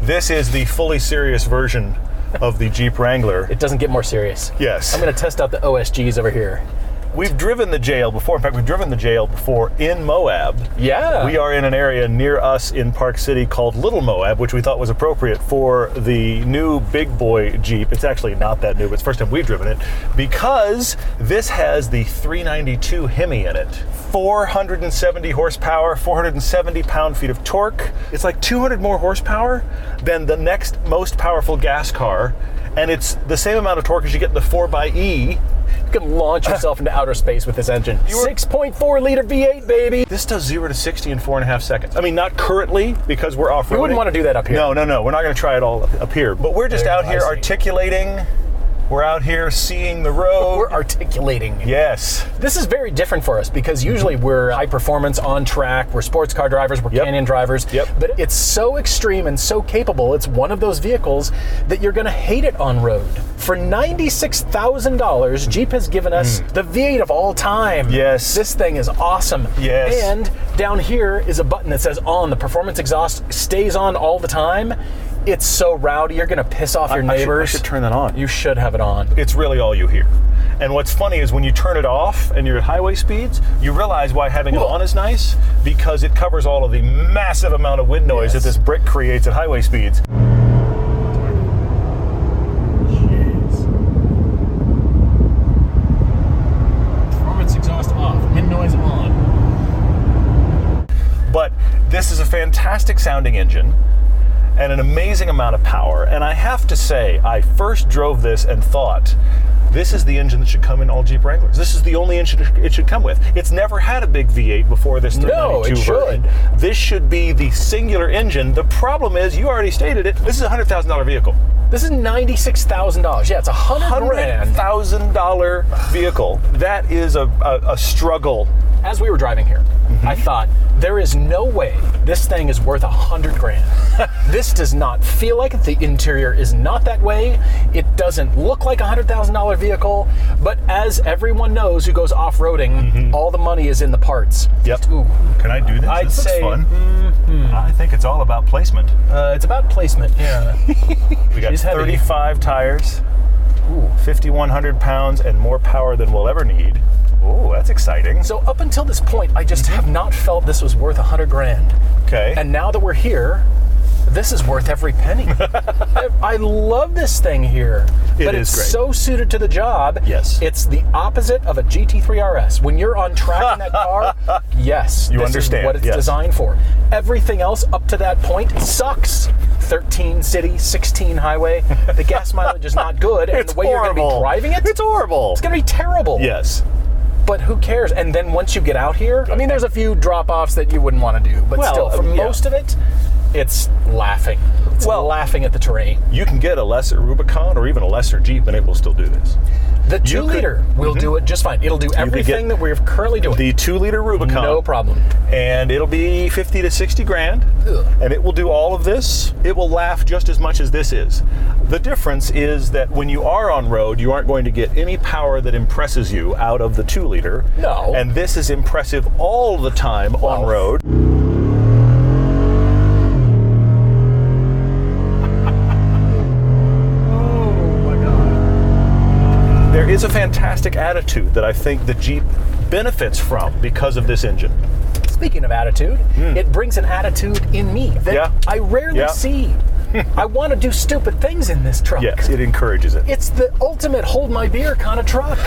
This is the fully serious version of the Jeep Wrangler. It doesn't get more serious. Yes. I'm going to test out the OSGs over here. We've driven the JL before. In fact, we've driven the JL before in Moab. Yeah. We are in an area near us in Park City called Little Moab, which we thought was appropriate for the new big boy Jeep. It's actually not that new, but it's the first time we've driven it because this has the 392 Hemi in it. 470 horsepower, 470 pound feet of torque. It's like 200 more horsepower than the next most powerful gas car, and it's the same amount of torque as you get in the E. 4xE. You can launch yourself into outer space with this engine. 6.4 liter V8, baby. This does zero to 60 in four and a half seconds. I mean, not currently because we're off roading. We wouldn't want to do that up here. No, no, no. We're not going to try it all up here. But we're just There you out go, here I see. articulating. We're out here seeing the road. We're articulating. yes. This is very different for us because Mm-hmm. usually we're high performance on track, we're sports car drivers, we're Yep. canyon drivers. Yep. But it's so extreme and so capable. It's one of those vehicles that you're going to hate it on road. For $96,000, Jeep has given us the V8 of all time. Mm. Yes. This thing is awesome. Yes. And down here is a button that says on. The performance exhaust stays on all the time. It's so rowdy, you're going to piss off your I should- I neighbors. should turn that on. You should have it on. It's really all you hear. And what's funny is when you turn it off and you're at highway speeds, you realize why having it on is nice because it covers all of the massive amount of wind noise that Yes. this brick creates at highway speeds. Performance exhaust off, wind noise on. But this is a fantastic sounding engine and an amazing amount of power. And I have to say, I first drove this and thought, this is the engine that should come in all Jeep Wranglers. This is the only engine it should come with. It's never had a big V8 before this 392 No, it version. This should be the singular engine. The problem is, you already stated it. This is a hundred thousand dollar vehicle, This is ninety-six thousand dollars. Yeah, it's a hundred hundred grand. thousand dollar vehicle. That is a, a, a struggle. As we were driving here, I thought there is no way this thing is worth a hundred grand. this does not feel like it. The interior is not that way. It doesn't look like a hundred thousand dollar vehicle. But as everyone knows who goes off-roading, all the money is in the parts. Yep. Ooh, Can I do this? I'd This looks say- fun. I think it's all about placement. uh, it's about placement. Yeah. We got She's heavy. 35 tires, Ooh. 5,100 pounds, and more power than we'll ever need. Oh, that's exciting. So up until this point, I just have not felt this was worth a hundred grand. Okay. And now that we're here, this is worth every penny. I, I love this thing here. It but is it's great. so suited to the job. Yes. It's the opposite of a GT3 RS. When you're on track in that car, yes, You this is understand, what it's yes. designed for. Everything else up to that point sucks. 13 city, 16 highway. The gas mileage is not good, and the way you're going to be driving it, It's horrible. it's going to be terrible yes. but who cares? And then once you get out here, I mean, there's a few drop offs that you wouldn't want to do, but Well, still, for um, yeah. most of it, it's laughing. It's Well- laughing at the terrain. You can get a lesser Rubicon or even a lesser Jeep, and it will still do this. The two could- Mm-hmm. liter will do it just fine. It'll do everything that we're currently doing. The two liter Rubicon. no problem. And it'll be 50 to 60 grand. Ugh. And it will do all of this. It will laugh just as much as this is. The difference is that when you are on road, you aren't going to get any power that impresses you out of the two liter. No. And this is impressive all the time on Well. road. There is a fantastic attitude that I think the Jeep benefits from because of this engine. Speaking of attitude, it brings an attitude in me Hmm. that Yeah. I rarely Yeah. see. I want to do stupid things in this truck. Yes, it encourages it. It's the ultimate hold my beer kind of truck.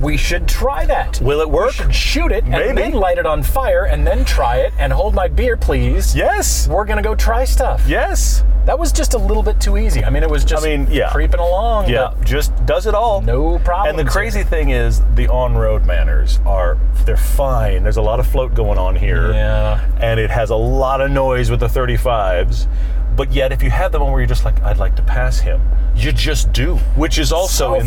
we should try that. Will it work? shoot it Maybe. and then light it on fire and then try it and hold my beer, please. Yes. We're gonna go try stuff. Yes. That was just a little bit too easy. I mean, it was just I mean, yeah. creeping along. Yeah, but just does it all. No And problems the here. crazy thing is, the on-road manners are they're fine. There's a lot of float going on here. Yeah. And it has a lot of noise with the 35s, but yet if you have the one where you're just like, I'd like to pass him, you just do, which is also So funny.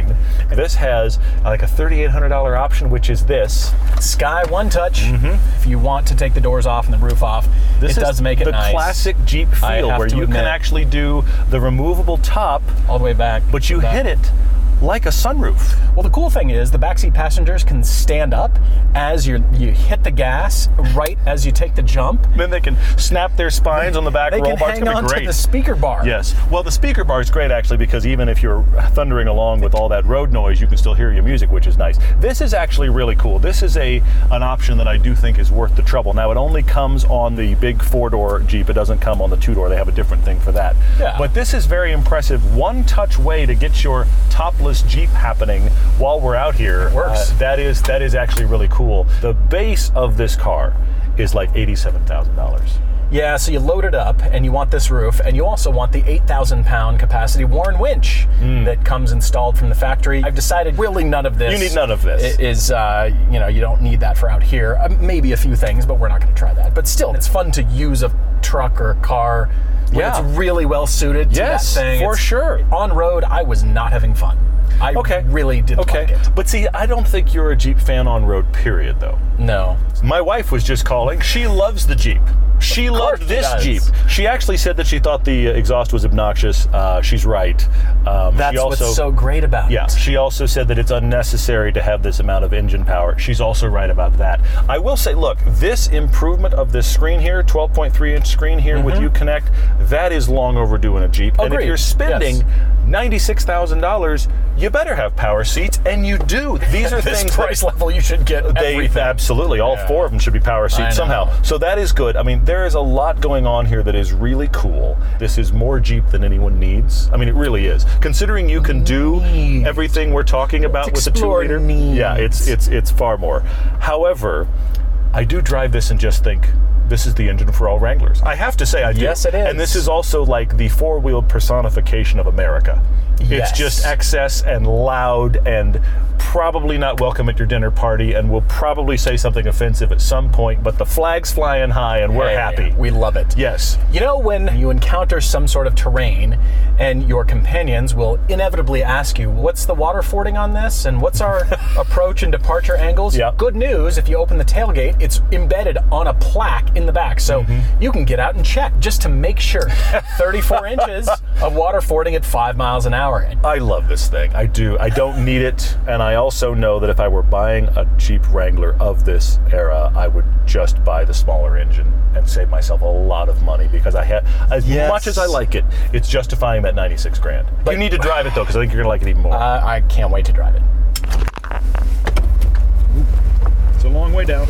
insane. This has uh, like a $3,800 option, which is this. Sky One Touch. If you want to take the doors off and the roof off, Mm-hmm. This it is does make it the nice. classic Jeep I feel have where to you admit. can actually do the removable top all the way back. but you hit Back. it like a sunroof. Well, the cool thing is the backseat passengers can stand up as you you hit the gas right as you take the jump. Then they can snap their spines on the back They roll can bar. It's hang gonna on be to great. the speaker bar. Yes. Well, the speaker bar is great actually because even if you're thundering along with all that road noise, you can still hear your music, which is nice. This is actually really cool. This is a an option that I do think is worth the trouble. Now, it only comes on the big four-door Jeep. It doesn't come on the two-door. They have a different thing for that. Yeah. But this is very impressive. One-touch way to get your topless Jeep happening while we're out here. It works. Uh, that is that is actually really cool. The base of this car is like eighty-seven thousand dollars. Yeah, so you load it up and you want this roof, and you also want the 8,000 pound capacity Warren winch Hmm. that comes installed from the factory. I've decided really none of this. You need none of this. i- Is, uh, you know, you don't need that for out here. Uh, maybe a few things, but we're not going to try that. But still, it's fun to use a truck or car when Yeah. it's really well suited to Yes, that thing. for It's- sure. On road, I was not having fun. I Okay. really didn't Okay. like it. But see, I don't think you're a Jeep fan on road, period, though. No. My wife was just calling. She loves the Jeep. She loved she this does. Jeep. She actually said that she thought the uh, exhaust was obnoxious. Uh, she's right. Um, That's she also, what's so great about Yeah, it. she also said that it's unnecessary to have this amount of engine power. She's also right about that. I will say, look, this improvement of this screen here, 12.3 inch screen here with Uconnect, that is long overdue in a Jeep. And if Mm-hmm. Agreed. you're spending Yes. $96,000, you better have power seats, and you do. These are This things that- price level, you should get they everything. absolutely all Yeah. four of them should be power I know. seats somehow. So that is good. I mean, there is a lot going on here that is really cool. This is more Jeep than anyone needs. I mean, it really is. Considering you can do Needs. everything we're talking about with the two explore liter, needs. yeah, it's it's it's far more. However, I do drive this and just think. This is the engine for all Wranglers. I have to say, I do. Yes, it And this is. is also like the four-wheeled personification of America. Yes. It's just excess and loud and probably not welcome at your dinner party and will probably say something offensive at some point, but the flag's flying high and we're Yeah, yeah, happy. yeah. We love it. Yes. You know, when you encounter some sort of terrain and your companions will inevitably ask you, What's the water fording on this? And what's our approach and departure angles? Yeah. Good news if you open the tailgate, it's embedded on a plaque in the back. So you can get out and check just to make sure. 34 inches of water fording at five miles an hour. I love this thing. I do. I don't need it. And I also know that if I were buying a Jeep Wrangler of this era, I would just buy the smaller engine and save myself a lot of money because I have, as Yes. much as I like it, it's justifying that 96 grand. you But- need to drive it though, because I think you're going to like it even more. Uh, I can't wait to drive it. It's a long way down.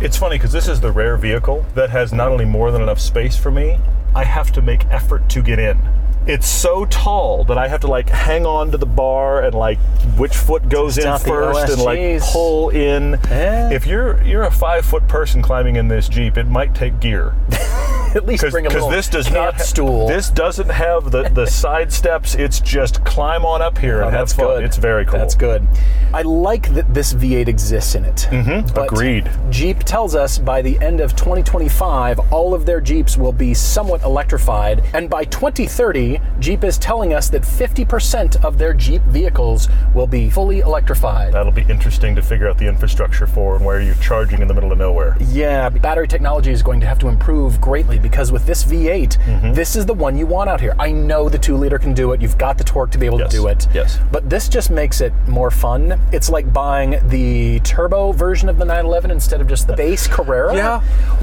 It's funny because this is the rare vehicle that has not only more than enough space for me, I have to make effort to get in. It's so tall that I have to like hang on to the bar and like which foot goes in Stop the first and like OSGs. pull in. Yeah. If you're you're a five foot person climbing in this Jeep, it might take gear At least bring a because little this does camp not ha- stool. This doesn't have the the side steps. It's just climb on up here Oh, and have that's fun. good. It's very cool. That's good. I like that this V8 exists in it. Mm-hmm. Agreed. Jeep tells us by the end of 2025, all of their Jeeps will be somewhat electrified. And by 2030, Jeep is telling us that 50% of their Jeep vehicles will be fully electrified. That'll be interesting to figure out the infrastructure for and where you're charging in the middle of nowhere. Yeah, battery technology is going to have to improve greatly because with this V8, Mm-hmm. this is the one you want out here. I know the two liter can do it. You've got the torque to be able Yes, to do it. yes. But this just makes it more fun. It's like buying the turbo version of the 911 instead of just the base Carrera. Yeah.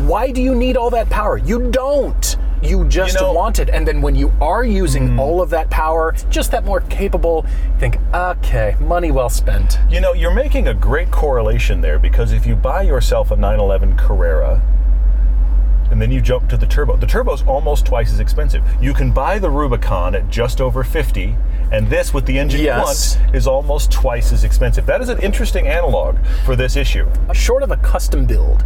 Why do you need all that power? You don't. You just know- Mm. want it. And then when you are using all of that power, just that more capable, you think, okay, money well spent. You know, you're making a great correlation there because if you buy yourself a 911 Carrera and then you jump to the turbo, the turbo's almost twice as expensive. You can buy the Rubicon at just over 50 and this with the engine Yes. you want is almost twice as expensive. That is an interesting analog for this issue. Uh, Short of a custom build,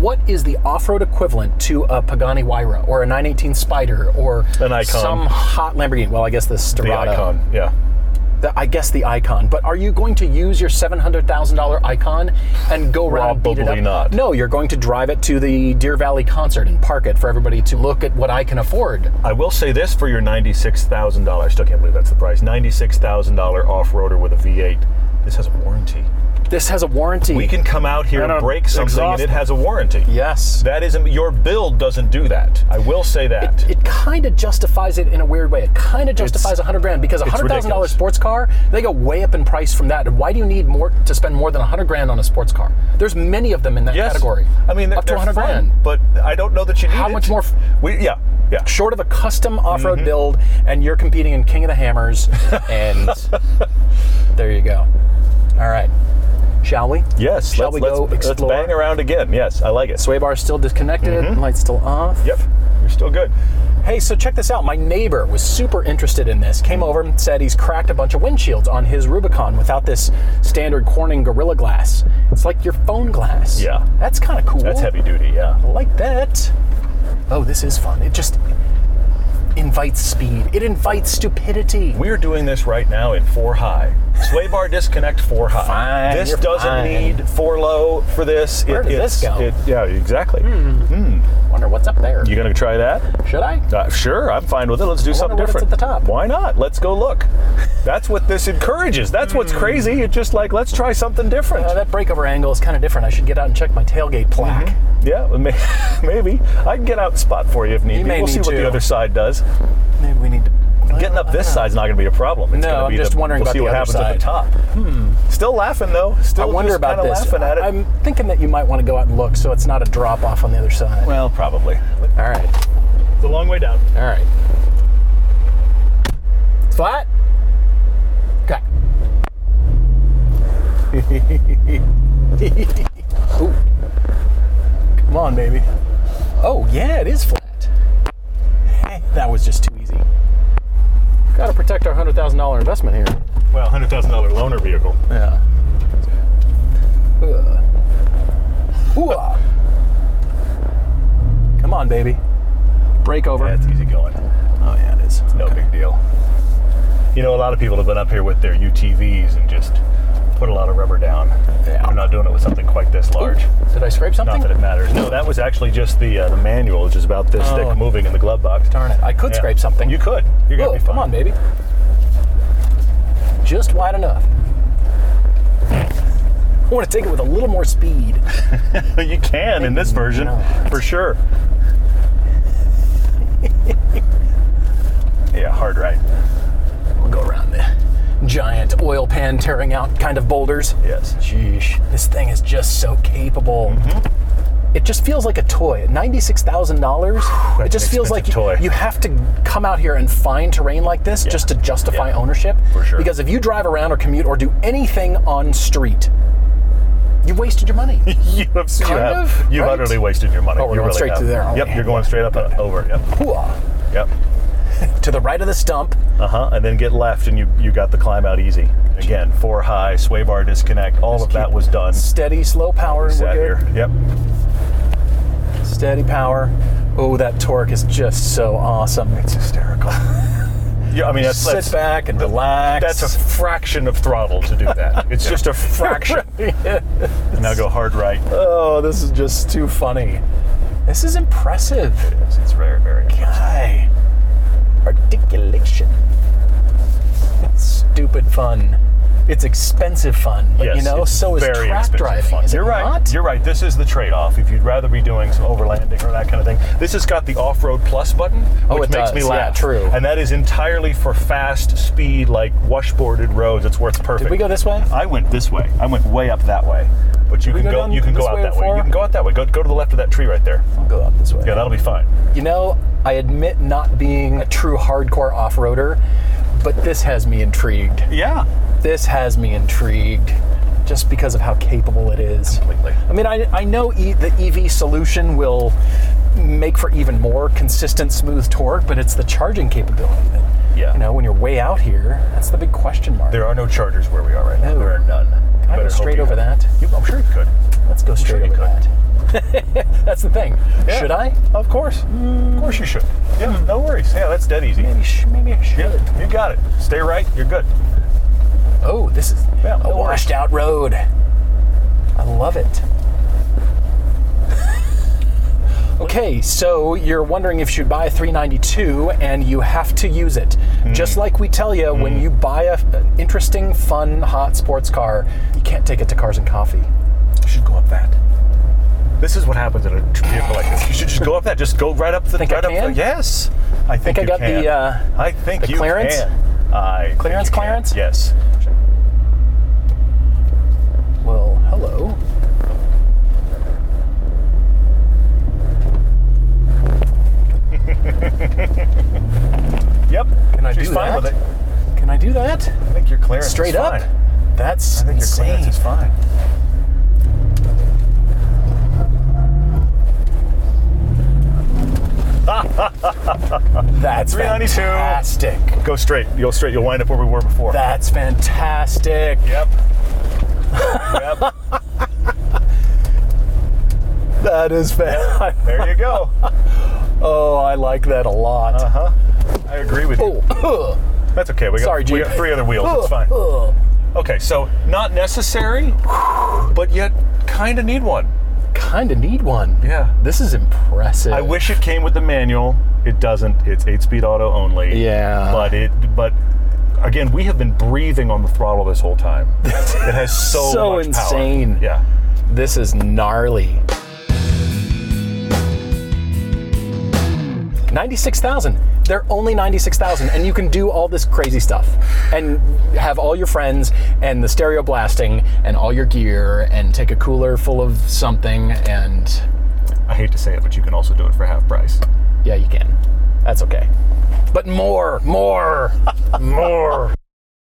what is the off-road equivalent to a Pagani Huayra or a 918 Spider or An Icon. some hot Lamborghini? Well, I guess the Storado. The icon, yeah. The- I guess the Icon. But are you going to use your $700,000 Icon and go around and beat it Probably up? not. No, you're going to drive it to the Deer Valley concert and park it for everybody to look at what I can afford. I will say this for your ninety-six thousand dollars. Still can't believe that's the price. Ninety-six thousand dollar off-roader with a V eight. This has a warranty. This has a warranty. We can come out here And and a break something, exhaust- and it has a warranty. Yes. That isn't your build doesn't do that. I will say that. it kind of justifies it in a weird way. It kind of justifies a hundred grand because a hundred thousand dollar ridiculous. sports car they go way up in price from that. And why do you need more to spend more than a hundred grand on a sports car? There's many of them in that yes. category. I mean, they're, up to they're a hundred fun, grand. but I don't know that you need How it. much more f- we yeah yeah. Short of a custom off-road Mm-hmm. build, and you're competing in King of the Hammers, and there you go. All right, shall we? Yes. Shall let's, we let's, go let's explore? bang around again. Yes, I like it. Sway bar still disconnected. Lights still off. Mm-hmm. Yep. You're still good. Hey, so check this out. My neighbor was super interested in this. Came over and said he's cracked a bunch of windshields on his Rubicon without this standard Corning Gorilla Glass. It's like your phone glass. Yeah. That's kind of cool. That's heavy duty. Yeah. I like that. Oh, this is fun. It just invites speed. It invites stupidity. We're doing this right now in four high. Sway bar disconnect four high. Fine, this you're doesn't fine. need four low for this. Where does it's- this go? Hmm. It, yeah, exactly. Wonder what's up there. You gonna try that? Should I? Uh, sure, I'm fine with it. Let's do something what's different. at the top. Why not? Let's go look. That's what this encourages. That's what's crazy. It's just like let's try something different. Hmm. Uh, that breakover angle is kind of different. I should get out and check my tailgate plaque. yeah, may- maybe I can get out and spot for you if need You be. may We'll see need what the to. other side does. Maybe we need to. Getting up this side's not going to be a problem. It's No, gonna I'm be just the, wondering we'll about see the what other happens at side. Hmm. the top. Still laughing though. Still I wonder just about kinda this. laughing at it. I'm thinking that you might want to go out and look so it's not a drop off on the other side. well, probably. All right. It's a long way down. All right. Flat? Okay. Ooh. Come on, baby. Oh, yeah, it is flat. Eh, That was just too easy. Gotta protect our $100,000 investment here. Well, hundred thousand dollar loaner vehicle. Yeah. Come on, baby. Break over. That's easy going. oh, yeah, it is. No big deal. You know, a lot of people have been up here with their UTVs and just put a lot of rubber down. Yeah. I'm not doing it with something quite this large. Did I scrape something? Not that it matters. No, that was actually just the uh, the manual, which is about this Oh. thick, moving in the glove box. Darn it. I could Yeah. scrape something. You could. You're gonna Whoa, be fine. Come on, baby. Just wide enough. I want to take it with a little more speed. you can in this version, for sure. yeah, hard right. We'll go around the giant oil pan tearing out kind of boulders. Yes. Sheesh. This thing is just so capable. It just feels like a toy. At $96,000, it Mm-hmm. that's just an feels like expensive toy. you have to come out here and find terrain like this just to justify Yeah. ownership. For sure. Because if you drive around or commute or do anything on street, you wasted your money. you have, you Kind have, of, you've right? utterly wasted your money. Oh, we're you going really straight have. through there, aren't Yep, we? you're going straight up and over. Yep, Hooah. yep. to the right of the stump. Uh huh. And then get left, and you you got the climb out easy. Again, four high, sway bar disconnect. All of that was done. Steady, slow power. and Sat here. We're good. Yep. Steady power. Oh, that torque is just so awesome. It's hysterical. Yeah, I mean that's Sit that's, back and relax. that's a fraction of throttle to do that. It's just a fraction. And now go hard right. Oh, this is just too funny. This is impressive. It's, it's very very. Guy. Articulation. It's stupid fun. It's expensive fun. But Yes, you know, it's so is very track expensive driving. fun. Is it You're right. not? You're right. This is the trade-off. If you'd rather be doing some overlanding or that kind of thing, this has got the off-road plus button, Oh, which it makes does. me Yeah, laugh. true. And that is entirely for fast speed, like washboarded roads. It's where it's perfect. Did we go this way? I went this way. I went way up that way. But you can go go. down you can go this out way that way. before? You can go out that way. Go go to the left of that tree right there. I'll go up this way. Yeah, that'll be fine. You know, I admit not being a true hardcore off roader, but this has me intrigued. Yeah, This has me intrigued just because of how capable it is. completely. I mean, I, I know e- the EV solution will make for even more consistent, smooth torque, but it's the charging capability that, Yeah. you know, when you're way out here, that's the big question mark. There are no chargers where we are right now. No. There are none. You Can I better go hope straight you- over that? You, I'm sure you could. Let's go sure straight you over that. that's the thing. Yeah. Should I? Of course. Of course you should. Yeah, no worries. Yeah, that's dead easy. Hmm. Maybe, sh- maybe I should. Yeah, you got it. Stay right. You're good. Oh, this is Yeah, a no worries. washed out road. I love it. Okay, so you're wondering if you should buy a 392 and you have to use it. Mm. Just like we tell you, when you buy a, an interesting, fun, hot sports car, you can't take it to Cars and Coffee. You should go up that. This is what happens in a tr- vehicle like this. You should just go up that. Just go right up the. Think I right up can? The, yes. I think, Think I you got the, can. uh, I think the you clearance? can. I think Clearance, you can. clearance? Yes. Well, hello. Yep. Can I She's do fine that? with it. Can I do that? I think your clearance is Straight up? fine. That's I think your insane. clearance is fine. That's 392. fantastic. Go straight. You'll go straight. You'll wind up where we were before. That's fantastic. Yep. yep. That is fantastic. There you go. Oh, I like that a lot. Uh huh. I agree with you. Oh, That's okay. We got, Sorry, we Jeep. got three other wheels. oh, It's fine. oh. Okay, so not necessary, but yet kind of need one. Kinda need one. Yeah. This is impressive. I wish it came with the manual. It doesn't. It's eight-speed auto only. Yeah. But it. But again, we have been breathing on the throttle this whole time. it has so So much power. insane. Yeah. This is gnarly. 96,000. They're only 96,000 and you can do all this crazy stuff and have all your friends and the stereo blasting and all your gear and take a cooler full of something and I hate to say it, but you can also do it for half price. yeah, you can. That's okay. But more, more, more.